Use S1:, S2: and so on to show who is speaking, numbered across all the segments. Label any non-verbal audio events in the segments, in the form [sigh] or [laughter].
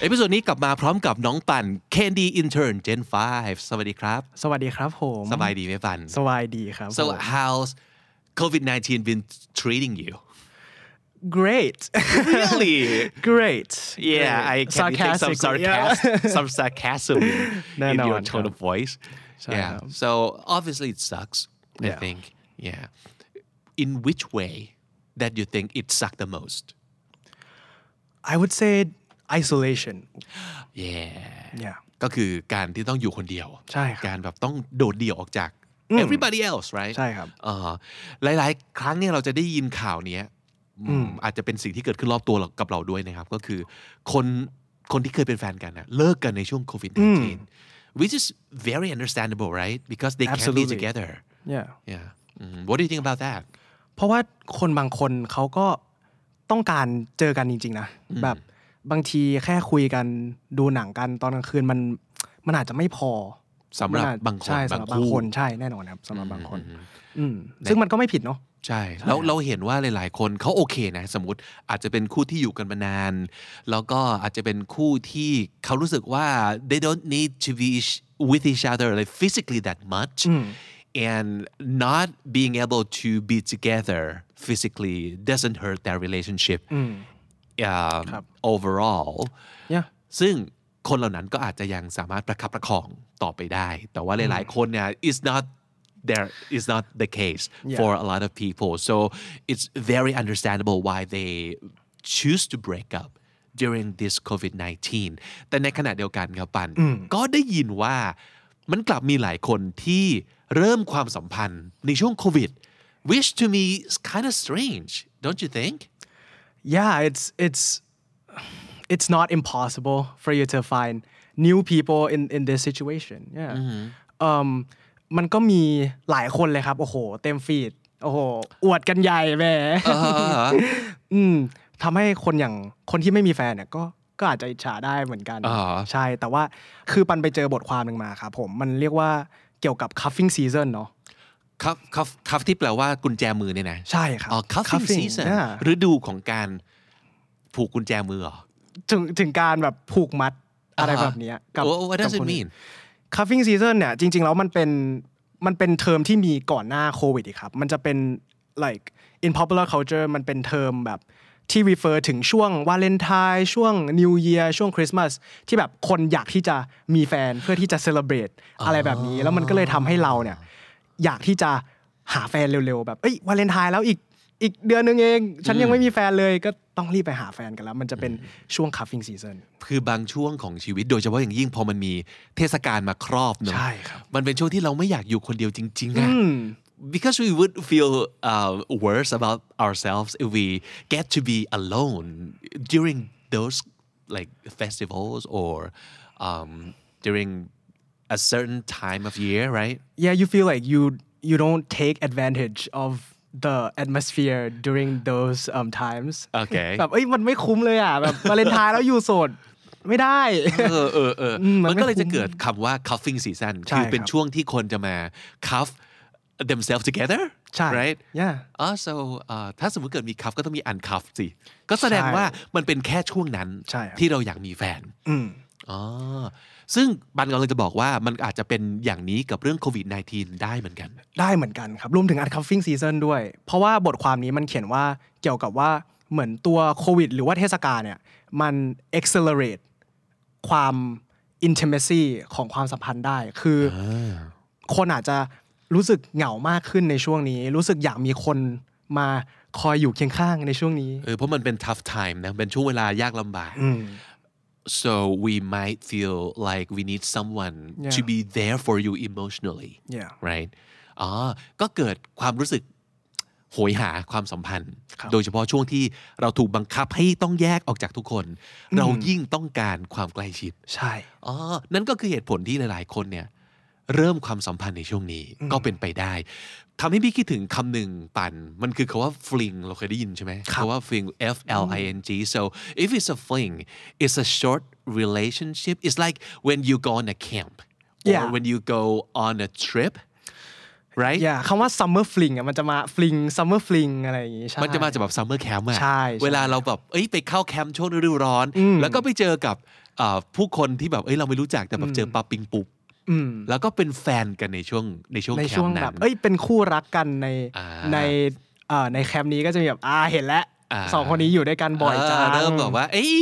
S1: เอพิโซดนี้กลับมาพร้อมกับน้องปัน Candy Intern Gen 5 สวัสดีครับ
S2: สวัสดีครับผม
S1: สบายดีไหมปัน
S2: สบายดีครับ
S1: so
S2: ผม
S1: how's COVID-19 been treating you
S2: great [laughs]
S1: really
S2: great
S1: Yeah, I can detect some
S2: Sarcastically,
S1: sarcasm, [laughs] some sarcasm in
S2: [laughs] No, no,
S1: your
S2: I
S1: tone of voice. Yeah.
S2: no.
S1: So obviously it sucks. I
S2: Yeah.
S1: think. Yeah. In which way that you think it sucked the most?
S2: [laughs] I would say isolation
S1: Yeah.
S2: yeah
S1: ก็คือการที่ต้องอยู่คนเดียว
S2: ใช่ครับ
S1: การแบบต้องโดดเดี่ยวออกจาก everybody else right
S2: ใช่ครับ
S1: อ่าหลาย ๆ ครั้งเนี่ยเราจะได้ยินข่าวเนี้ยอืมอาจจะเป็นสิ่งที่เกิดขึ้นรอบตัวเรากับเราด้วยนะครับ ก็คือคนคนที่เคยเป็นแฟนกันนะเลิกกันในช่วงโควิด -19 which is very understandable right because they can't be
S2: Absolutely.
S1: together
S2: yeah
S1: yeah อืม what do you think about that
S2: เพราะว่าคนบางคนเขาก็ต้องการเจอกันจริง ๆ นะ แบบบางทีแค่คุยกันดูหนังกันตอนกลางคืนมันมันอาจจะไม่พอ
S1: สำหรับ
S2: มันอจ
S1: บางคน
S2: ใช่สำหรับบางคน
S1: บางคู่
S2: ใช่แน่นอนครับสำหรับบางคน อืมซึ่งมันก็ไม่ผิดเนาะ
S1: ใช่แล้วเราเห็นว่าหลาย ๆ คนเขาโอเคนะสมมติอาจจะเป็นคู่ที่อยู่กันมานาน แล้วก็อาจจะเป็นคู่ที่เขารู้สึกว่า they don't need to be each- with each other like physically that much and not being able to be together physically doesn't hurt their relationship um,
S2: ครับ
S1: overall
S2: yeah
S1: ซึ่งคนเหล่านั้นก็อาจจะยังสามารถประคับประคองต่อไปได้ แต่ว่าหลายๆคนเนี่ย is not there is not the case for a lot of people so it's very understandable why they choose to break up during this COVID 19 แต่ในขณะเดียวกันครับปัน ก็ได้ยินว่ามันกลับมีหลายคนที่เริ่มความสัมพันธ์ในช่วงโควิด which to me is kind of strange don't you think
S2: yeah it's it's it's not impossible for you to find new people in in this situation yeah เอิ่มมันก็มีหลายคนเลยครับ โอ้โห เต็มฟีด โอ้โห อวดกันใหญ่แหม [laughs] อืมทำให้คนอย่างคนที่ไม่มีแฟนเนี่ยก็ก็อาจจะอิจฉาได้เหมือนกัน
S1: อ่าฮะ
S2: ใช่ แต่ว่าคือปันไปเจอบทความหนึ่งมาครับผม มันเรียกว่าเกี่ยวกับ cuffing season เนาะ
S1: ครับครับครับที่แปลว่ากุญแจมือเนี่ยนะ
S2: ใช่ครับ
S1: อ๋อ cuffing
S2: cuffing
S1: season
S2: อ่า
S1: ฤดูของการผูกกุญแจมือเหรอ
S2: ถึงถึงการแบบผูกมัดอะไร
S1: อ่าฮะ
S2: แบบเนี้ยกั
S1: What- what does
S2: กั
S1: it
S2: คน
S1: mean?
S2: cuffing season เนี่ยจริง ๆ แล้วมันเป็นมันเป็นเทอมที่มีก่อนหน้าโควิดอีกครับ มันจะเป็น like in popular culture มันเป็นเทอมแบบที่ refer ถึงช่วงวาเลนไทน์ช่วง New Year ช่วงคริสต์มาสที่แบบคนอยากที่จะมีแฟนเพื่อที่จะ celebrate อะไรแบบนี้ แล้วมันก็เลยทำให้เราเนี่ยอยากที่จะหาแฟนเร็วๆ แบบเอ้ยวาเลนไทน์แล้วอีกอีกเดือนนึงเอง ฉันยังไม่มีแฟนเลยก็ต้องรีบไปหาแฟนกันแล้ว มันจะเป็นช่วง cuffing season
S1: คือบางช่วงของชีวิตโดยเฉพาะอย่างยิ่งพอมันมีเทศกาลมาครอบเนอะ
S2: ใช่ครับ
S1: มันเป็นช่วงที่เราไม่อยากอยู่คนเดียวจริงๆอะ because we would feel uh, worse about ourselves if we get to be alone during those like festivals or um, during a certain time of year right
S2: yeah you feel like you you don't take advantage of the atmosphere during those um times
S1: Okay.
S2: [laughs] แบบเอ้ยมันไม่คุ้มเลยอ่ะ แบบวาเลนไทน์แล้วอยู่โสด ไม่ได้ [laughs]
S1: เออเออเอออมันก็เลยจะเกิดคำว่า cuffing season
S2: ใช่
S1: คือเป็น
S2: ครับ
S1: ช่วงที่คนจะมา cuff themselves together
S2: ใช่
S1: right
S2: yeah
S1: อ๋อ so อ่าถ้าสมมติเกิดมี cuff ก็ต้องมี uncuff สิ ก็แสดงว่ามันเป็นแค่ช่วงนั้น
S2: ใช่ครับ
S1: ที่เราอยากมีแฟนอ๋อ ซึ่งบันกำลังจะบอกว่ามันอาจจะเป็นอย่างนี้กับเรื่องโควิด -19 ได้เหมือนกัน
S2: ได้เหมือนกันครับ รวมถึง uncuffing season ด้วย เพราะว่าบทความนี้มันเขียนว่าเกี่ยวกับว่าเหมือนตัวโควิด หรือว่าเทศกาลเนี่ย มัน accelerate ความ intimacy ของความสัมพันธ์ได้ คืออคนอาจจะรู้สึกเหงามากขึ้นในช่วงนี้ รู้สึกอยากมีคนมาคอยอยู่เคียงข้างในช่วงนี้
S1: เออเพราะมันเป็น tough time นะ เป็นช่วงเวลายากลำบาก so we might feel like we need someone to
S2: Yeah.
S1: be there for you emotionally
S2: Yeah.
S1: right อ๋อ ก็เกิดความรู้สึกโหยหาความสัมพันธ์
S2: ครับ
S1: โดยเฉพาะช่วงที่เราถูกบังคับให้ต้องแยกออกจากทุกคน เรายิ่งต้องการความใกล้ชิด
S2: ใช่
S1: อ๋อ นั่นก็คือเหตุผลที่หลาย ๆ คนเนี่ย เริ่มความสัมพันธ์ในช่วงนี้ก็เป็นไปได้ทำให้พี่คิดถึงคำหนึ่งปันมันคือคาว่า fling เราเคยได้ยินใช่ไหมคาว่า fling F L I N G so if it's a fling it's a short relationship it's like when you go on a camp or
S2: Yeah.
S1: when you go on a trip right
S2: อย่าคำว่า summer fling อ่ะมันจะมา fling summer fling อะไรอย่างงี้ใช่
S1: มันจะมาจากแบบซัมเมอร์แคมป์อะ
S2: ใช่ใช่
S1: เวลาเราแบบ เอ้ยไปเข้าแคมป์ช่วงฤดูร้อน แล้วก็ไปเจอกับเอ่อผู้คนที่แบบ เอ้ยเราไม่รู้จักแต่แบบเจอปาปิงปุบ
S2: อืม
S1: แล้วก็เป็นแฟนกันในช่วงในช่วง
S2: ใน
S1: แค
S2: ช่
S1: ม
S2: วง
S1: ป์
S2: แบ
S1: นั้
S2: บ
S1: น
S2: เอ้ยเป็นคู่รักกันใน
S1: อ่า
S2: ในเอ่อในแคมป์นี้ก็จะมีแบบอ่าเห็นแล้ว
S1: อ่า
S2: สองคนนี้อยู่ด้วยกันบ่อยจัง
S1: เเริ่มแบบว่า เอ้ย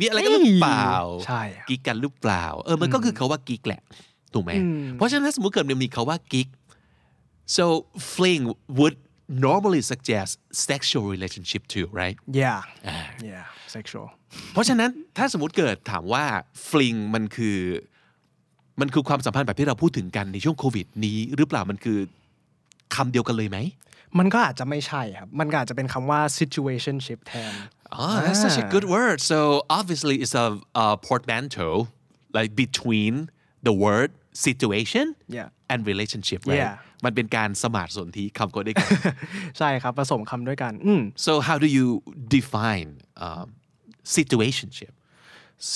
S1: มีอะไรกันห
S2: เอ้
S1: รือ
S2: ย
S1: เปล่า
S2: ใช่ครับ
S1: กิ๊กกันหรือเปล่า เออมันก็คือเขาว่ากิ๊กแหละ ถูกไหม
S2: อืม
S1: เพราะฉะนั้นถ้าสมมติเกิดมันมีเขาว่ากิ๊ก so fling would normally suggest sexual relationship too right
S2: yeah yeah sexual
S1: เพราะฉะนั้นถ้าสมมติเกิดถามว่าฟลิงมันคือ มันคือความสัมพันธ์แบบที่เราพูดถึงกันในช่วงโควิดนี้หรือเปล่ามันคือคำเดียวกันเลยไหม
S2: มันก็อาจจะไม่ใช่ครับ มันก็อาจจะเป็นคำว่า situationship แทน
S1: อ๋อ that's such a good word so obviously it's a, a portmanteau like between the word situation
S2: Yeah.
S1: and relationship right
S2: Yeah.
S1: มันเป็นการสมารสนธิคำก็ได้กัน [laughs]
S2: ใช่ครับผสมคำด้วยกันอืม
S1: so how do you define um, situationship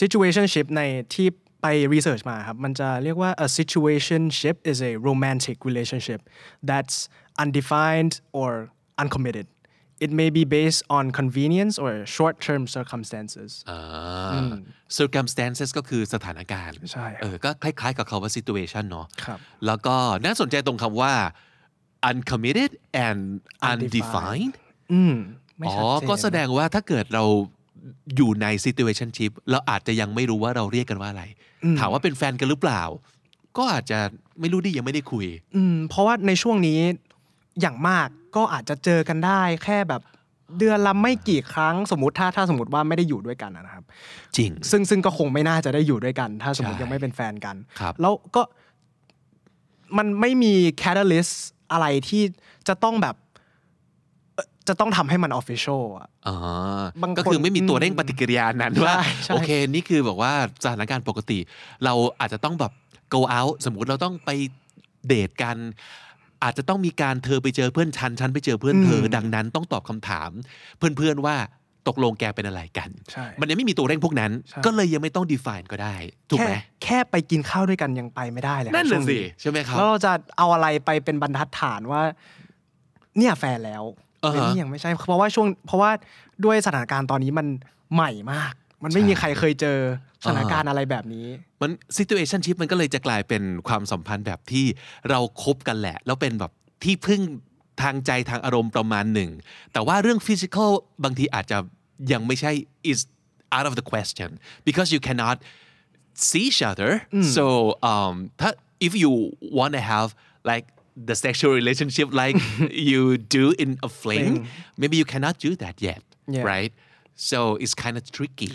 S2: situationship ในที่ไป research มาครับ มันจะเรียกว่า a situationship is a romantic relationship that's undefined or uncommitted it may be based on convenience or short-term circumstances
S1: อ่า circumstances ก็คือสถานการณ์
S2: ใช่ครับ
S1: เออ ก็คล้ายๆกับคาว่า situation เนอะ
S2: ครับ
S1: แล้วก็น่าสนใจตรงคำว่า uncommitted and undefined
S2: Undefined ไม่
S1: อ๋อ
S2: ชัดเจน
S1: ก็แสดงว่าถ้าเกิดเราอยู่ใน situationship เราอาจจะยังไม่รู้ว่าเราเรียกกันว่าอะไร ถามว่าเป็นแฟนกันหรือเปล่า ก็อาจจะไม่รู้ดิยังไม่ได้คุย
S2: อืมเพราะว่าในช่วงนี้อย่างมากก็อาจจะเจอกันได้ แค่แบบเดือนละไม่กี่ครั้งสมมติถ้าถ้าสมมติว่าไม่ได้อยู่ด้วยกันอะนะครับ
S1: จริง
S2: ซึ่งซึ่งก็คงไม่น่าจะได้อยู่ด้วยกัน ถ้าสมมติ
S1: ใช่
S2: ยังไม่เป็นแฟนกัน
S1: ครับ
S2: แล้วก็มันไม่มี catalyst อะไรที่จะต้องแบบเอ่อจะต้องทำให้มัน official อ่ะ
S1: อ๋อบ
S2: างคน
S1: ก็คือไม่มีตัวเร่งปฏิกิริยานั้นว่า
S2: ใช่ใช่
S1: โอเค นี่คือแบบว่าสถานการณ์ปกติ เราอาจจะต้องแบบ go out สมมุติเราต้องไปเดทกัน อาจจะต้องมีการเธอไปเจอเพื่อนฉันฉันไปเจอเพื่อนเธอ ดังนั้นต้องตอบคำถาม เพื่อนๆว่าตกลงแกเป็นอะไรกัน
S2: ใช่
S1: มันยังไม่มีตัวเร่งพวกนั้น
S2: ใช่
S1: ก็เลยยังไม่ต้อง define ก็ได้ถูก
S2: แค่
S1: ไหม
S2: แค่ไปกินข้าวด้วยกันยังไปไม่ได้เลยครับ
S1: นั่น
S2: ช่
S1: น่ะ
S2: วง
S1: สิใช่ไหมครับ
S2: แล้วเราจะเอาอะไรไปเป็นบรรทัดฐานว่า เนี่ยแฟนแล้ว
S1: อ่าฮะ
S2: หรือนี่ยังไม่ใช่ เพราะว่าช่วง เพราะว่าด้วยสถานการณ์ตอนนี้มันใหม่มาก มันไม่มีใครเคยเจอสถานการณ์อะไรแบบนี้
S1: มัน situationship มันก็เลยจะกลายเป็นความสัมพันธ์แบบที่เราคบกันแหละ แล้วเป็นแบบที่พึ่งทางใจทางอารมณ์ประมาณหนึ่ง แต่ว่าเรื่อง physical บางทีอาจจะยังไม่ใช่ is out of the question because you cannot see each other so um ถ้า if you want to have like the sexual relationship like you do in a fling maybe you cannot do that yet
S2: Yeah.
S1: right so it's kind of tricky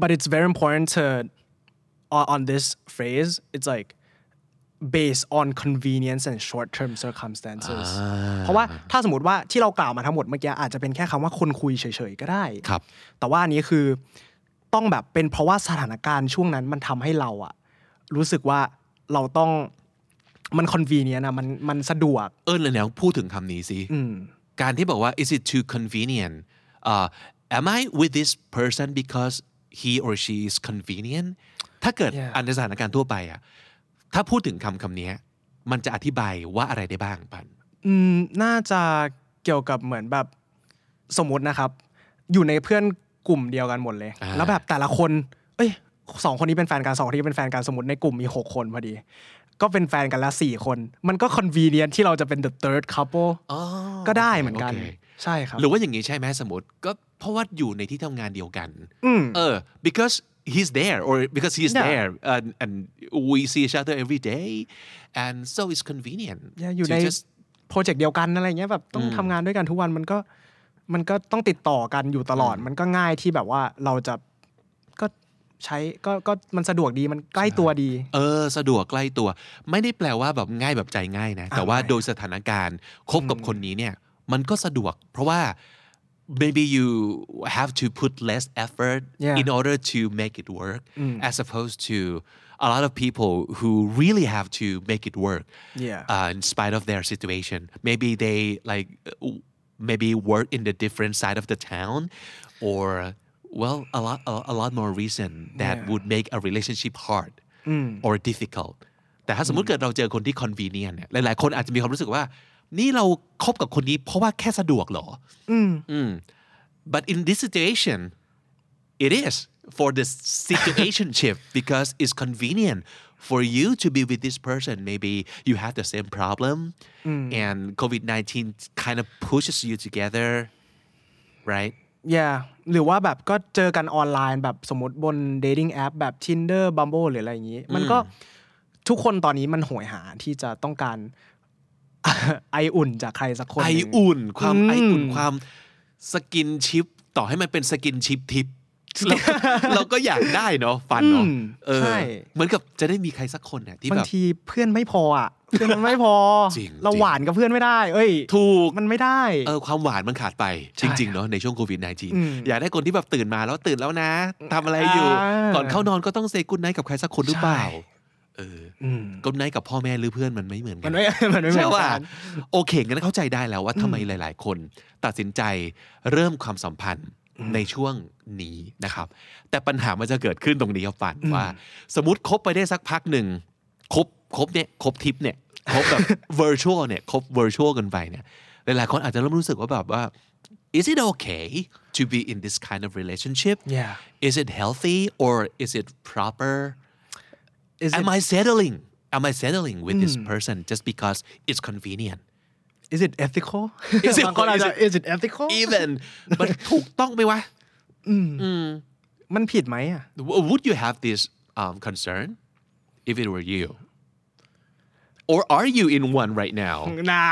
S2: but it's very important to on, on this phrase it's like based on convenience and short term circumstances เพราะว่าถ้าสมมติว่าที่เรากล่าวมาทั้งหมดเมื่อกี้อาจจะเป็นแค่คำว่าคนคุยเฉยๆก็ได้
S1: ครับ
S2: แต่ว่าอันนี้คือต้องแบบเป็นเพราะว่าสถานการณ์ช่วงนั้นมันทำให้เราอะรู้สึกว่าเราต้องมัน convenient อะมันมันสะดวก
S1: เอิญเลยเนี่ยพูดถึงคำนี้สิการที่บอกว่า is it too convenient uh, am I with this person because he or she is convenient ถ้าเกิด
S2: Yeah.
S1: อันในสถานการณ์ทั่วไปอะถ้าพูดถึงคำคำนี้มันจะอธิบายว่าอะไรได้บ้างปัน
S2: อืมน่าจะเกี่ยวกับเหมือนแบบสมมตินะครับ อยู่ในเพื่อนกลุ่มเดียวกันหมดเลย
S1: อ่า
S2: แล้วแบบแต่ละคน เอ้ยสองคนนี้เป็นแฟนกันสองคนนี้เป็นแฟนกันสมมติในกลุ่มมีหกคนพอดี ก็เป็นแฟนกันละสี่คน มันก็ convenient ที่เราจะเป็น the third couple
S1: อ๋อ
S2: ก็ได้เหมือนกัน
S1: โค
S2: ใช่ครับ
S1: หรือว่าอย่างนี้ใช่ไหมสมมติก็เพราะว่าอยู่ในที่ทำงานเดียวกัน
S2: อืม
S1: เออ because he's there or because he's
S2: Yeah.
S1: there and, and we see each other every day and so it's convenient
S2: Yeah, อยู่
S1: to
S2: ใน
S1: just
S2: โปรเจกต์เดียวกันอะไรเงี้ยแบบต้องทำงานด้วยกันทุกวันมันก็มันก็ต้องติดต่อกันอยู่ตลอด มันก็ง่ายที่แบบว่าเราจะก็ใช้ก็ก็มันสะดวกดีมันใกล้ตัวดี
S1: เออสะดวกใกล้ตัว ไม่ได้แปลว่าแบบง่ายแบบใจง่ายนะ แต่ว่า
S2: ไม่
S1: โดยสถานการณ์คบกับคนนี้เนี่ย มันก็สะดวก เพราะว่า maybe you have to put less effort
S2: Yeah.
S1: in order to make it work as opposed to a lot of people who really have to make it work
S2: Yeah.
S1: uh, in spite of their situation maybe they like w- maybe work in the different side of the town or well a lot a, a lot more reason that would make a relationship hard or difficult แต่ถ้าสมมติเกิดเราเจอคนที่ convenient เนี่ยหลายๆ คนอาจจะมีความรู้สึกว่า นี่เราคบกับคนนี้เพราะว่าแค่สะดวกเหรอ Mm. but in this situation it is for this
S2: [laughs]
S1: situationship because it's convenient for you to be with this person maybe you have the same problem and covid-19 kind of pushes you together right
S2: yeah หรือว่าแบบก็เจอกันออนไลน์แบบสมมติบน dating app แบบ Tinder Bumble หรืออะไรอย่างนี้ มันก็ทุกคนตอนนี้มันโหยหาที่จะต้องการ [laughs] ไออุ่นจากใครสักคนห
S1: ไอ
S2: นึ่ง
S1: อุ่นความ
S2: อืม
S1: ไออุ่นความสกินชิป ต่อให้มันเป็นสกินชิปทิป
S2: [laughs]
S1: เราก็ เราก็อยากได้เนาะฟันเนาะ
S2: อืม
S1: เออ
S2: ใช่
S1: เหมือนกับจะได้มีใครสักคนเนี่ยที่
S2: บา
S1: แบ
S2: ง
S1: บ
S2: ทีเพื่อนไม่พอ
S1: [laughs]
S2: อ่ะ เพื่อนมันไม่พอ
S1: จริง
S2: เราหวานกับเพื่อนไม่ได้ เอ้ย
S1: ถูก
S2: มันไม่ได้
S1: เออความหวานมันขาดไปจริงๆเนาะในช่วงโควิด
S2: อืม
S1: -19 อยากได้คนที่แบบตื่นมาแล้วตื่นแล้วนะทำอะไรอยู่
S2: อ่า
S1: ก่อนเข้านอนก็ต้องเซกุ d ไน h t กับใครสักคนหรือเปล่า
S2: ใช่
S1: เออ
S2: อืม
S1: กุ d ไน h t กับพ่อแม่หรือเพื่อนมันไม่เหมือนกั
S2: มันไม่ [laughs] มันไม่เหมื
S1: ใช่
S2: อน
S1: ว่า
S2: กัน
S1: โอเคงั้นเข้าใจได้แล้วว่าทำไมหลาย ๆ คน ตัดสินใจเริ่มความสัมพันธ์ในช่วงนี้นะครับ แต่ปัญหามันจะเกิดขึ้นตรงนี้ครับปันว่า สมมติคบไปได้สักพักหนึ่งคบคบเนี่ยคบทิปเนี่ยคบแบบ [laughs] virtual เนี่ยคบ virtual กันไปเนี่ย หลายๆคนอาจจะเริ่มรู้สึกว่าแบบว่า is it okay to be in this kind of relationship
S2: Yeah.
S1: is it healthy or is it proper
S2: Is it
S1: am I settling am I settling with this person just because it's convenient
S2: is it ethical
S1: Is it-
S2: [laughs] บางคนอาจจะ
S1: is it-
S2: is it ethical
S1: even มันถูกต้องไหมวะ
S2: [laughs] มันผิดไหมอ่ะ
S1: W- would you have this um, concern if it were you or are you in one right now
S2: นะ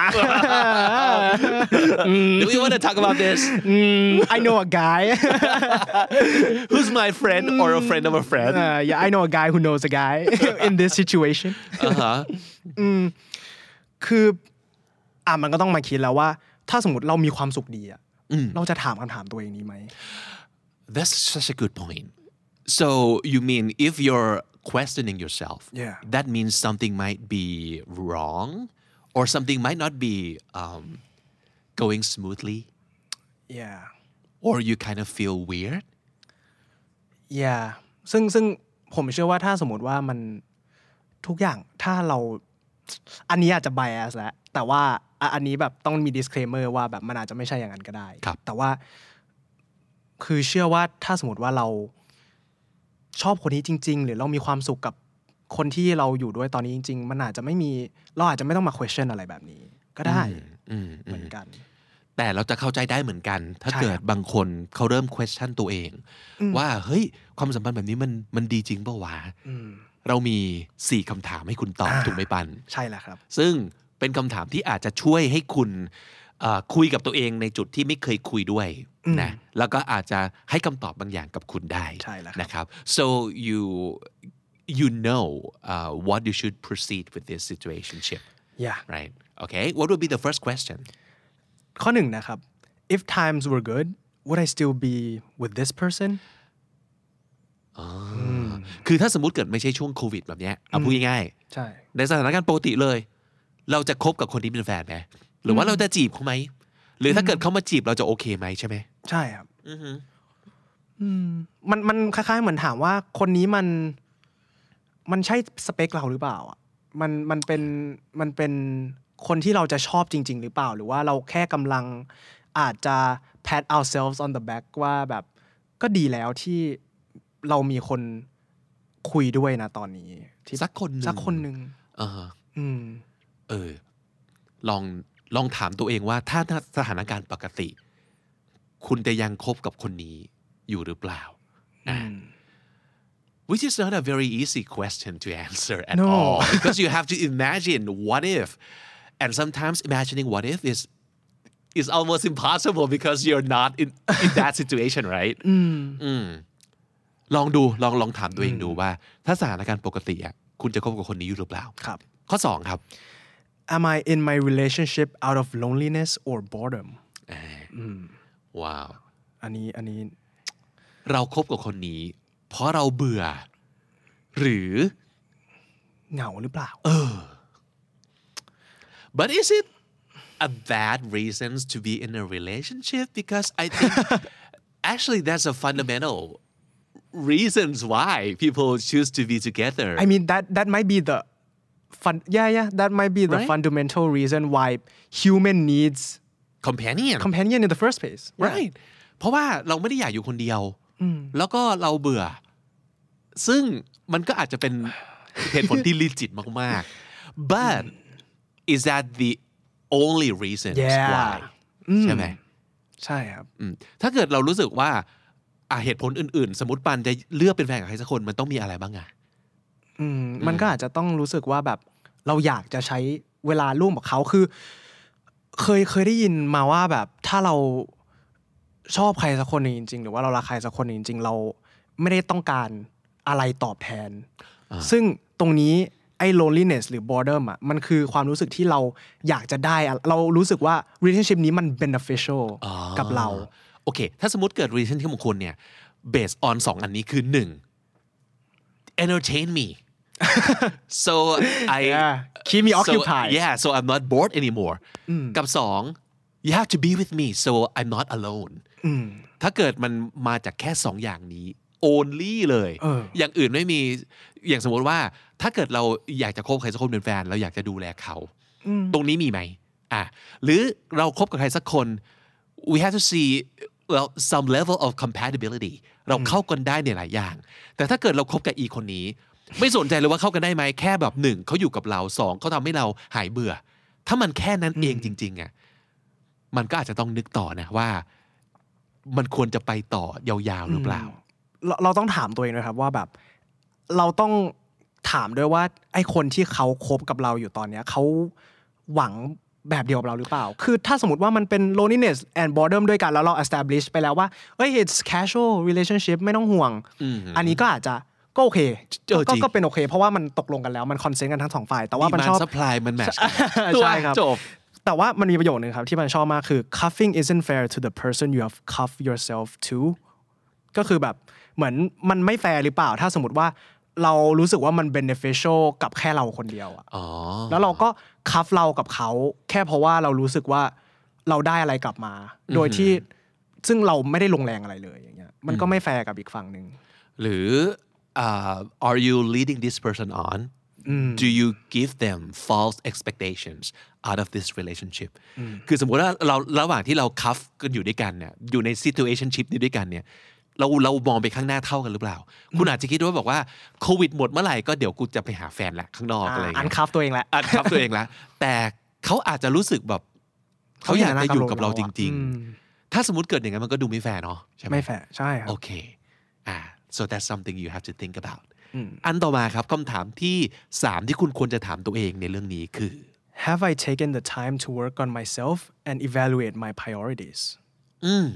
S1: do we want to talk about this
S2: [laughs] I know a guy
S1: [laughs] who's my friend or a friend of a friend
S2: uh, yeah I know a guy who knows a guy [laughs] in this situation [laughs]
S1: อ่าฮะ
S2: คืออ่ะมันก็ต้องมาคิดแล้วว่า ถ้าสมมติเรามีความสุขดีอ่ะเราจะถามคำถามตัวเองนี้ไหม
S1: that's such a good point so you mean if you're questioning yourself
S2: Yeah.
S1: that means something might be wrong or something might not be um, going smoothly
S2: yeah
S1: or you kind of feel weird
S2: yeah ซึ่งซึ่งผมเชื่อว่าถ้าสมมติว่ามันทุกอย่างถ้าเรา อันนี้อาจจะ bias แล้วแต่ว่าอ่ะอันนี้แบบต้องมี disclaimer ว่าแบบมันอาจจะไม่ใช่อย่างนั้นก็ได้
S1: ครับ
S2: แต่ว่า คือเชื่อว่าถ้าสมมติว่าเราชอบคนนี้จริง ๆ หรือเรามีความสุขกับคนที่เราอยู่ด้วยตอนนี้จริง ๆ มันอาจจะไม่มี เราอาจจะไม่ต้องมา question อะไรแบบนี้ ก็ได้
S1: Mm,
S2: เหมือนกัน
S1: แต่เราจะเข้าใจได้เหมือนกัน ถ้า
S2: ใช่
S1: เกิดบางคนเขาเริ่ม question ตัวเอง ว่าเฮ้ย ความสัมพันธ์แบบนี้มันมันดีจริงเปล่าวะเรามี 4คำถามให้คุณตอบ
S2: อ่า
S1: ถูกไหมปัน
S2: ใช่แหละครับ
S1: ซึ่งเป็นคำถามที่อาจจะช่วยให้คุณเอ่อคุยกับตัวเองในจุดที่ไม่เคยคุยด้วยนะแล้วก็อาจจะให้คำตอบบางอย่างกับคุณได้
S2: ใช่แล้วครับ
S1: นะครับ so you you know uh, what you should proceed with this situationship
S2: yeah
S1: right okay what would be the first question
S2: ข้อหนึ่งนะครับ if times were good would I still be with this person
S1: คือถ้าสมมติเกิดไม่ใช่ช่วงโควิดแบบเนี้ยเอาพูดง่าย
S2: ใช่
S1: ๆในสถานการณ์ปกติเลย เราจะคบกับคนที่เป็นแฟนไหมหรือว่าเราจะจีบเขาไหม หรือถ้าเกิดเขามาจีบเราจะโอเคไหมใช่ไหม
S2: ใช่ครับมมันมันคล้ายๆ เหมือนถามว่าคนนี้มัน มันใช่สเปคเราหรือเปล่าอ่ะมันมันเป็นมันเป็นคนที่เราจะชอบจริง ๆ หรือเปล่า หรือว่าเราแค่กำลังอาจจะ pat ourselves on the back ว่าแบบก็ดีแล้วที่เรามีคนคุยด้วยนะตอนนี้ที่
S1: สักคนหนึ่ง
S2: สักคนหนึ่ง
S1: เออ
S2: อืม
S1: เออ ลองลองถามตัวเองว่าถ้าถ้าสถานการณ์ปกติ คุณจะยังคบกับคนนี้อยู่หรือเปล่านะ which is not a very easy question to answer at
S2: No. [laughs]
S1: all because you have to imagine what if and sometimes imagining what if is is almost impossible because you're not in in that
S2: [laughs]
S1: situation right อืมลองดูลองลองถามตัวเองดูว่า ถ้าสถานการณ์ปกติอ่ะคุณจะคบกับคนนี้อยู่หรือเปล่า
S2: ครับ
S1: ข้อสองครับ
S2: am I in my relationship out of loneliness or boredom
S1: ว้าว
S2: อันนี้อันนี้
S1: เราคบกับคนนี้ เพราะเราเบื่อ หรือ
S2: เหงาหรือเปล่า
S1: Uh. but is it a bad reason to be in a relationship because I think [laughs] actually that's a fundamental reasons why people choose to be together
S2: I mean that that might be the fun yeah yeah that might be the
S1: Right?
S2: fundamental reason why human needs
S1: companion
S2: companion in the first place Yeah.
S1: right เพราะว่าเราไม่ได้อยากอยู่คนเดียว แล้วก็เราเบื่อ ซึ่งมันก็อาจจะเป็น [sighs] เหตุผลที่ลิจิตมาก ๆ but is that the only reason
S2: Yeah
S1: why ใช่ไหม
S2: ใช่ครับ
S1: อืมถ้าเกิดเรารู้สึกว่าอ่ะเหตุผลอื่นๆ สมมติปันจะเลือกเป็นแฟนกับใครสักคนมันต้องมีอะไรบ้างอะ
S2: อืมมันก็อาจจะต้องรู้สึกว่าแบบเราอยากจะใช้เวลาร่วมกับเขาคือ เคยเคยได้ยินมาว่าแบบถ้าเราชอบใครสักคนหนึ่งจริง ๆ หรือว่าเรารักใครสักคนหนึ่งจริง ๆ เราไม่ได้ต้องการอะไรตอบแทน ซึ่งตรงนี้ไอ้ loneliness หรือ boredom อ่ะมันคือความรู้สึกที่เราอยากจะได้อะเรารู้สึกว่า relationship นี้มัน beneficial
S1: อ๋อ
S2: กับเรา
S1: โอเค ถ้าสมมติเกิด relation ที่มงคลเนี่ย based on สองอันนี้คือหนึ่ง entertain me so I
S2: Yeah, keep me
S1: so-
S2: occupied.
S1: yeah so I'm not bored anymore กับสอง you have to be with me so I'm not alone ถ้าเกิดมันมาจากแค่สองอย่างนี้ only เลย
S2: เออ
S1: อ
S2: อ
S1: ย่างอื่นไม่มี อย่างสมมติว่า ถ้าเกิดเราอยากจะคบใครสักคนเป็นแฟน เราอยากจะดูแลเขา ตรงนี้มีไหมอ่ะหรือเราครบกับใครสักคน we have to see well some level of compatibility เราเข้ากันได้ในหลายอย่าง แต่ถ้าเกิดเราครบกับอีคนนี้ ไม่สนใจเลยว่าเข้ากันได้ไหมแค่แบบหนึ่งเขาอยู่กับเราสองเขาทำให้เราหายเบื่อ ถ้ามันแค่นั้นเองจริงๆอ่ะมันก็อาจจะต้องนึกต่อนะว่า มันควรจะไปต่อยาวๆหรือเปล่า
S2: เราเราต้องถามตัวเองด้วยครับว่าแบบ เราต้องถามด้วยว่า ไอ้คนที่เขาคบกับเราอยู่ตอนเนี้ยเขาหวังแบบเดียวกับเราหรือเปล่า คือถ้าสมมติว่ามันเป็น loneliness and boredom ด้วยกันแล้วเรา establish ไปแล้วว่าเอ้ย it's casual relationship ไม่ต้องห่วง อันนี้ก็อาจจะก็โอเค
S1: เออจริง
S2: ก็ก็เป็นโอเค เพราะว่ามันตกลงกันแล้วมันคอนเซนต์กันทั้งสองฝ่าย แต่ว่ามันชอบ
S1: ซัพพลายมันแมทช์ [laughs]
S2: ใช่ครับ
S1: จบ
S2: แต่ว่ามันมีประโยคนึงครับ ที่มันชอบมากคือ cuffing isn't fair to the person you have cuffed yourself to ก็คือแบบเหมือนมันไม่แฟร์หรือเปล่า ถ้าสมมติว่าเรารู้สึกว่ามัน beneficial กับแค่เราคนเดียวอะ
S1: อ๋อ
S2: แล้วเราก็คัฟเรากับเขาแค่เพราะว่าเรารู้สึกว่าเราได้อะไรกลับมา โดยที่ซึ่งเราไม่ได้ลงแรงอะไรเลยอย่างเงี้ยมันก็ไม่แฟร์กับอีกฝั่งหนึ่ง
S1: หรือ uh, are you leading this person on do you give them false expectations out of this relationship คือสมมติว่าเราระหว่างที่เราคัฟกันอยู่ด้วยกันเนี่ยอยู่ใน situationship นี้ด้วยกันเนี่ยเราเรามองไปข้างหน้าเท่ากันหรือเปล่า คุณอาจจะคิดว่าบอกว่าโควิดหมดเมื่อไหร่ก็เดี๋ยวกูจะไปหาแฟนละข้างนอกอะไรอย่าง
S2: อัน
S1: เงี้ย
S2: คัฟตัวเองแหละ
S1: อันคัฟตัวเองละแต่เขาอาจจะรู้สึกแบบเขาอยากจะอยู่กับเราจริง
S2: อืม
S1: ๆ ถ้าสมมติเกิดอย่างนั้นมันก็ดูไม่แฟร์เนาะใช่ไหม
S2: ไม่แฟร์ใช่ครับ
S1: โอเค อ่า so that's something you have to think about อันต่อมาครับคำถามที่ 3 ที่คุณควรจะถามตัวเองในเรื่องนี้คือ
S2: Have I taken the time to work on myself and evaluate my priorities
S1: อืม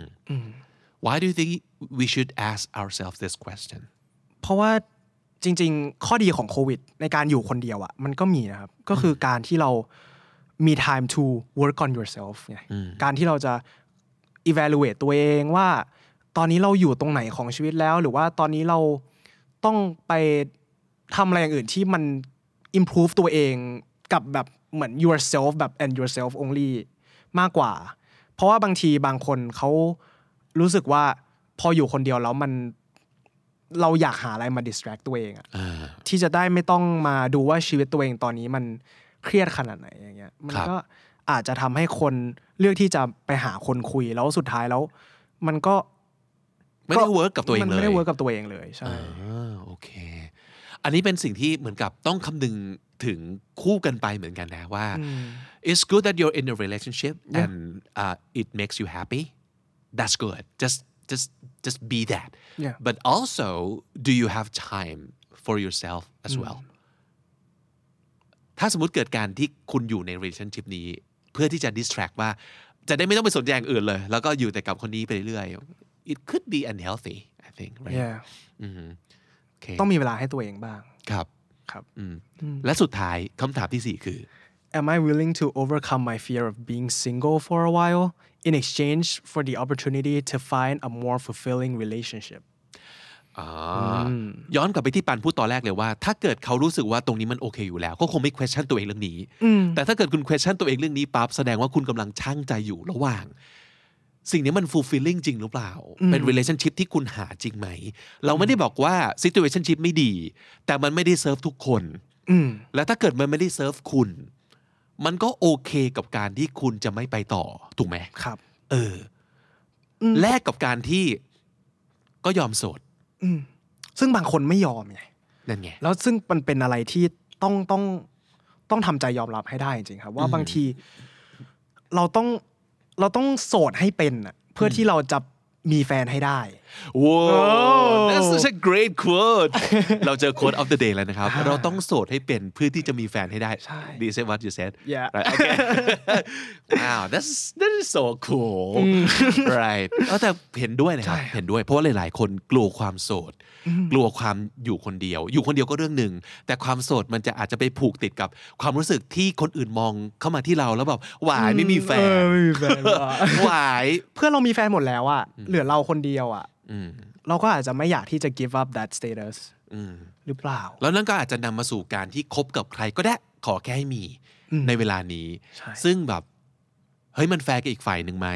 S1: why do you think we should ask ourselves this question
S2: เพราะว่าจริง ๆ ข้อดีของโควิด ในการอยู่คนเดียวอะ่ะมันก็มีนะครับ ก็คือการที่เรามี time to work on yourself ไงการที่เราจะ evaluate ตัวเองว่า ตอนนี้เราอยู่ตรงไหนของชีวิตแล้ว หรือว่าตอนนี้เราต้องไปทำอะไรอย่างอื่นที่มัน improve ตัวเองกับแบบเหมือน yourself แบบ and yourself only มากกว่า เพราะว่าบางทีบางคนเขารู้สึกว่าพออยู่คนเดียวแล้วมัน เราอยากหาอะไรมา distract ตัวเองอะ
S1: อ่า
S2: ที่จะได้ไม่ต้องมาดูว่าชีวิตตัวเองตอนนี้มันเครียดขนาดไหนอย่างเงี้ยมัน
S1: ครับ
S2: ก็อาจจะทำให้คนเลือกที่จะไปหาคนคุยแล้วสุดท้ายแล้ว มันก็
S1: ไม่ได้ work กับตัวเอง
S2: มัน
S1: เลย
S2: ไม่ได้ work กับตัวเองเลยใช่
S1: อ่าโอเค อันนี้เป็นสิ่งที่เหมือนกับต้องคำนึงถึงคู่กันไปเหมือนกันนะว่า it's good that you're in a relationship and uh, it makes you happy that's good just just just be that
S2: Yeah.
S1: but also do you have time for yourself as well ถ้าสมมติเกิดการที่คุณอยู่ใน relationship นี้ เพื่อที่จะ distract ว่า จะได้ไม่ต้องไปสนใจอย่างอื่นเลย แล้วก็อยู่แต่กับคนนี้ไปเรื่อยๆ it could be unhealthy I think right
S2: Yeah
S1: อืมโอเค
S2: ต้องมีเวลาให้ตัวเองบ้าง
S1: ครับ
S2: ครับ
S1: อืมและสุดท้ายคำถามที่ 4 คือ
S2: Am I willing to overcome my fear of being single for a while in exchange for the opportunity to find a more fulfilling relationship
S1: อ่าย้อนกลับไปที่ปันพูดตอนแรกเลยว่า ถ้าเกิดเขารู้สึกว่าตรงนี้มันโอเคอยู่แล้ว ก็คงไม่ question ตัวเองเรื่องนี้ แต่ถ้าเกิดคุณ question ตัวเองเรื่องนี้ปั๊บแสดงว่าคุณกำลังช่างใจอยู่ระหว่าง สิ่งนี้มัน fulfilling จริงหรือเปล่า เป็น relationship ที่คุณหาจริงไหม เราไม่ได้บอกว่า situationship ไม่ดี แต่มันไม่ได้ serve ทุกคน
S2: อืม
S1: และถ้าเกิดมันไม่ได้ serve คุณ มันก็โอเคกับการที่คุณจะไม่ไปต่อถูกไหม
S2: ครับ
S1: เอออแลกกับการที่ก็ยอมโสด
S2: ซึ่งบางคนไม่ยอมไง
S1: นั่นไง
S2: แล้วซึ่งมันเป็นอะไรที่ต้องต้องต้องทำใจยอมรับให้ได้จริงๆครับ ว่าบางที เราต้องเราต้องโสดให้เป็นอะเพื่อที่เราจะมีแฟนให้ได้
S1: Whoa, that's such a great
S2: [laughs]
S1: quote เราเจอ quote of the day แล้วนะครับ เราต้องโสดให้เป็นเพื่อที่จะมีแฟนให้ได้ Do you say what you said
S2: Yeah.
S1: right
S2: [laughs]
S1: okay wow that's that is so cool [laughs] right เออแต่เห็นด้วยนะครับ เห็นด้วย เพราะว่าหลายๆ คนกลัวความโสด กลัวความอยู่คนเดียว อยู่คนเดียวก็เรื่องหนึ่ง แต่ความโสดมันจะอาจจะไปผูกติดกับความรู้สึกที่คนอื่นมองเข้ามาที่เราแล้วแบบหวายไม่มีแฟ
S2: เอน อไม่มีแฟนว่ะ
S1: หวาย
S2: [laughs] เพื่อนเรามีแฟนหมดแล้วอะเหลือเราคนเดียวอะเราก็อาจจะไม่อยากที่จะ give up that status
S1: อืม
S2: หรือเปล่า
S1: แล้วนั่นก็อาจจะนำมาสู่การที่คบกับใครก็ได้ขอแค่ให้มีในเวลานี้
S2: ใช่
S1: ซึ่งแบบเฮ้ยมันแฟร์กับอีกฝ่ายหนึ่งไหม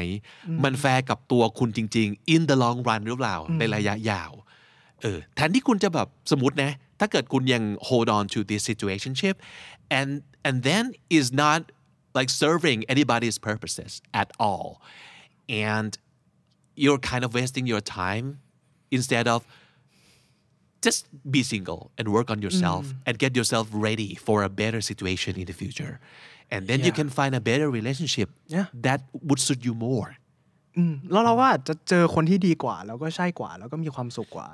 S1: มันแฟร์กับตัวคุณจริง ๆ in the long run หรือเปล่าในระยะยาวเออแทนที่คุณจะแบบสมมตินะ ถ้าเกิดคุณยัง hold on to this situationship and and then is not like serving anybody's purposes at all and you're kind of wasting your time instead of just be single and work on yourself
S2: Mm.
S1: and get yourself ready for a better situation in the future and then you
S2: Yeah.
S1: can find a better relationship
S2: Yeah.
S1: that would suit you more
S2: อืมแล้วเราว่าอาจจะเจอคนที่ดีกว่า แล้วก็ใช่กว่า แล้วก็มีความสุขกว่า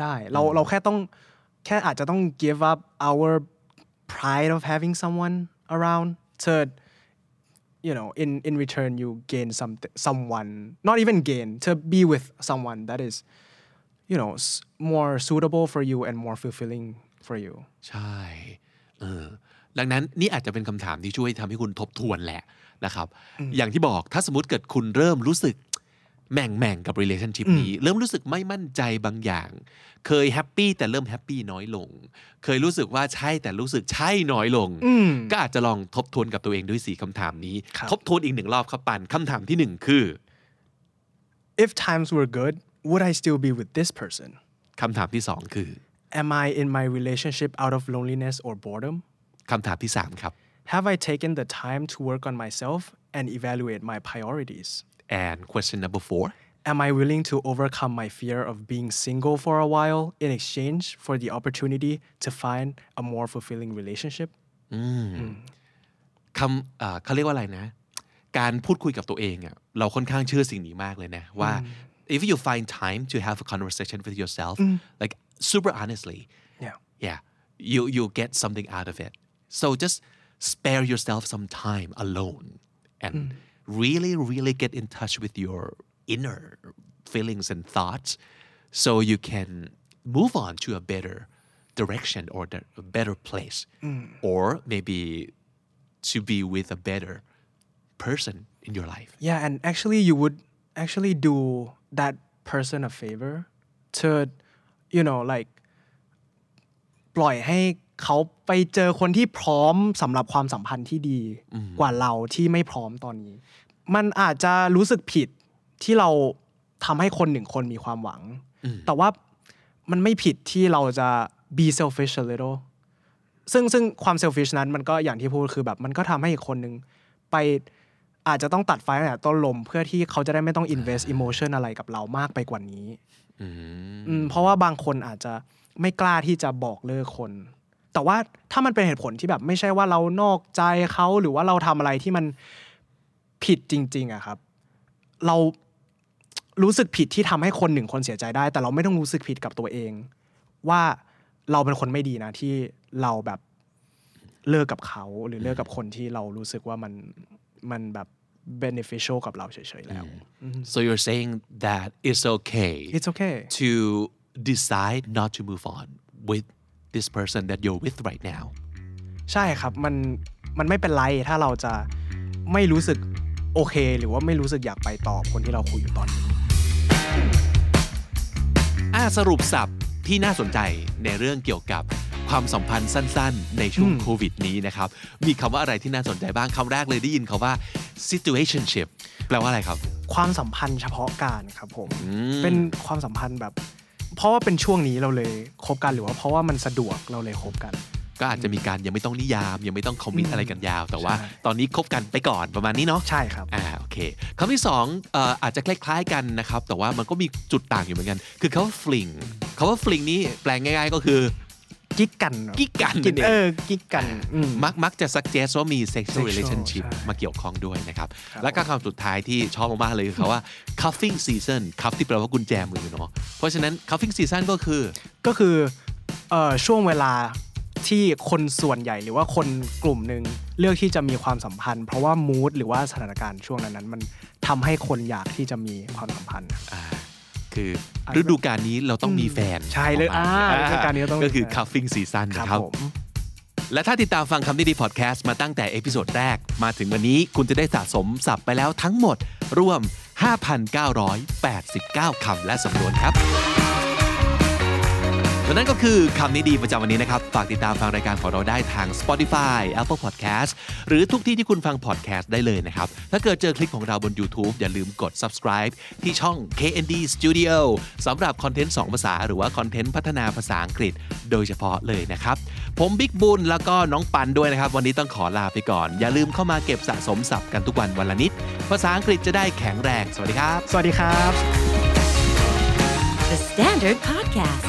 S2: ได้ เราเราแค่ต้องแค่อาจจะต้อง give up our pride of having someone around to you know in in return you gain some someone not even gain to be with someone that is you know s- more suitable for you and more fulfilling for you
S1: ใช่เออดังนั้นนี่อาจจะเป็นคำถามที่ช่วยทำให้คุณทบทวนแหละนะครับ อย่างที่บอกถ้าสมมติเกิดคุณเริ่มรู้สึกแหม่งแม่งๆกับ relationship นี้ เริ่มรู้สึกไม่มั่นใจบางอย่าง เคยแฮปปี้แต่เริ่มแฮปปี้น้อยลง เคยรู้สึกว่าใช่แต่รู้สึกใช่น้อยลง ก็อาจจะลองทบทวนกับตัวเองด้วยสีคำถามนี้
S2: ครับ
S1: ทบทวนอีกหนึ่งรอบครับปันคำถามที่หนึ่งคือ
S2: if times were good would I still be with this person
S1: คำถามที่สองคือ
S2: am I in my relationship out of loneliness or boredom
S1: คำถามที่สามครับ
S2: Have I taken the time to work on myself and evaluate my priorities?
S1: and question number four
S2: Am I willing to overcome my fear of being single for a while in exchange for the opportunity to find a more fulfilling relationship?
S1: คำเอ่อเขาเรียกว่าอะไรนะ การพูดคุยกับตัวเองอะเราค่อนข้างเชื่อสิ่งนี้มากเลยนะ ว่า if you find time to have a conversation with yourself like super honestly
S2: Yeah.
S1: yeah you you get something out of it so just spare yourself some time alone and really really get in touch with your inner feelings and thoughts so you can move on to a better direction or the- a better place or maybe to be with a better person in your life
S2: Yeah, and actually, you would actually do that person a favor to, you know, like ปล่อยให้เขาไปเจอคนที่พร้อมสำหรับความสัมพันธ์ที่ดีกว่าเราที่ไม่พร้อมตอนนี้ มันอาจจะรู้สึกผิดที่เราทำให้คนหนึ่งคนมีความหวัง แต่ว่ามันไม่ผิดที่เราจะ be selfish a little ซึ่งซึ่งความ selfish นั้นมันก็อย่างที่พูดคือแบบมันก็ทำให้อีกคนหนึ่งไปอาจจะต้องตัดไฟตั้งแต่ต้นลม เพื่อที่เขาจะได้ไม่ต้อง invest emotion อะไรกับเรามากไปกว่านี้ อืมเพราะว่าบางคนอาจจะไม่กล้าที่จะบอกเลิกคน แต่ว่าถ้ามันเป็นเหตุผลที่แบบไม่ใช่ว่าเรานอกใจเขาหรือว่าเราทำอะไรที่มันผิดจริงๆอะครับ เรารู้สึกผิดที่ทำให้คนหนึ่งคนเสียใจได้ แต่เราไม่ต้องรู้สึกผิดกับตัวเอง ว่าเราเป็นคนไม่ดีนะที่เราแบบเลิกกับเขาหรือเลิกกับคนที่เรารู้สึกว่ามันมันแบบ beneficial กับเราเฉยๆแล้ว
S1: so you're saying that it's okay
S2: it's okay
S1: to decide not to move on with this person that you're with right now
S2: ใช่ครับ มันมันไม่เป็นไรถ้าเราจะไม่รู้สึกโ โอเค หรือว่าไม่รู้สึกอยากไปต่อคนที่เราคุยอยู่ตอนนี้
S1: อ่ะสรุปสับที่น่าสนใจในเรื่องเกี่ยวกับความสัมพันธ์สั้นๆ ในช่วง
S2: อืม
S1: โควิดนี้นะครับ มีคำว่าอะไรที่น่าสนใจบ้างคำแรกเลยได้ยินคาว่า situationship แปลว่าอะไรครับ
S2: ความสัมพันธ์เฉพาะการครับผม
S1: อืม
S2: เป็นความสัมพันธ์แบบ เพราะว่าเป็นช่วงนี้เราเลยคบกันหรือว่าเพราะว่ามันสะดวกเราเลยคบกัน
S1: ก็อาจจะมีการยังไม่ต้องนิยาม ยังไม่ต้องคอมมิต
S2: อืม
S1: อะไรกันยาว แต่ว่า
S2: ใช่
S1: ตอนนี้คบกันไปก่อนประมาณนี้เนาะ
S2: ใช่ครับ
S1: อ่าโอเคคำที่สองเอ่ออาจจะคล้ายๆกันนะครับ แต่ว่ามันก็มีจุดต่างอยู่เหมือนกัน คือคำว่า fling คำว่า fling นี้แปลงง่ายๆก็คือ
S2: กิ๊กกันเหรอ
S1: กิ๊กกันนั่นเอง
S2: เออกิ๊กกันอืม
S1: มักมักจะ suggest ว่ามี sexual
S2: Sexual
S1: relationship
S2: ใช่
S1: มาเกี่ยวข้องด้วยนะครับ
S2: ครับ
S1: แล้วก็คำสุดท้ายที่ชอบมากๆเลยคือคำว่า cuffing season cuff ที่แปลว่ากุญแจมือเนาะเพราะฉะนั้น cuffing season ก็คือ
S2: ก็คือเอ่อช่วงเวลาที่คนส่วนใหญ่หรือว่าคนกลุ่มหนึ่งเลือกที่จะมีความสัมพันธ์ เพราะว่ามูดหรือว่าสถานการณ์ช่วงนั้นๆมันทำให้คนอยากที่จะมีความสัมพันธ์
S1: อ่าคือ
S2: อ่ะ
S1: ฤดูกาลนี้เราต้องมี
S2: อืม
S1: แฟน
S2: ใช่เลย
S1: ประมณ
S2: อ่าฤดูกาลนี้เราต้องมี
S1: ก็คือ
S2: แฟน
S1: cuffing season
S2: ครับ
S1: นะครับ
S2: ผม
S1: และถ้าติดตามฟังคำนี้ดีพอดแคสต์มาตั้งแต่เอพิโซดแรก มาถึงวันนี้คุณจะได้สะสมศัพท์ไปแล้วทั้งหมด รวม 5,989 คำและสำนวนครับและนั่นก็คือคำนี้ดีประจำวันนี้นะครับ ฝากติดตามฟังรายการของเราได้ทาง Spotify Apple Podcast หรือทุกที่ที่คุณฟัง podcast ได้เลยนะครับ ถ้าเกิดเจอคลิปของเราบน YouTube อย่าลืมกด subscribe ที่ช่อง KND Studio สำหรับคอนเทนต์ 2 ภาษา หรือว่าคอนเทนต์พัฒนาภาษาอังกฤษ โดยเฉพาะเลยนะครับ ผมบิ๊กบุญแล้วก็น้องปันด้วยนะครับ วันนี้ต้องขอลาไปก่อน อย่าลืมเข้ามาเก็บสะสมศัพท์กันทุกวันวันละนิด ภาษาอังกฤษจะได้แข็งแรง สวัสดีครับ
S2: สวัสดีครับ
S3: The Standard Podcast,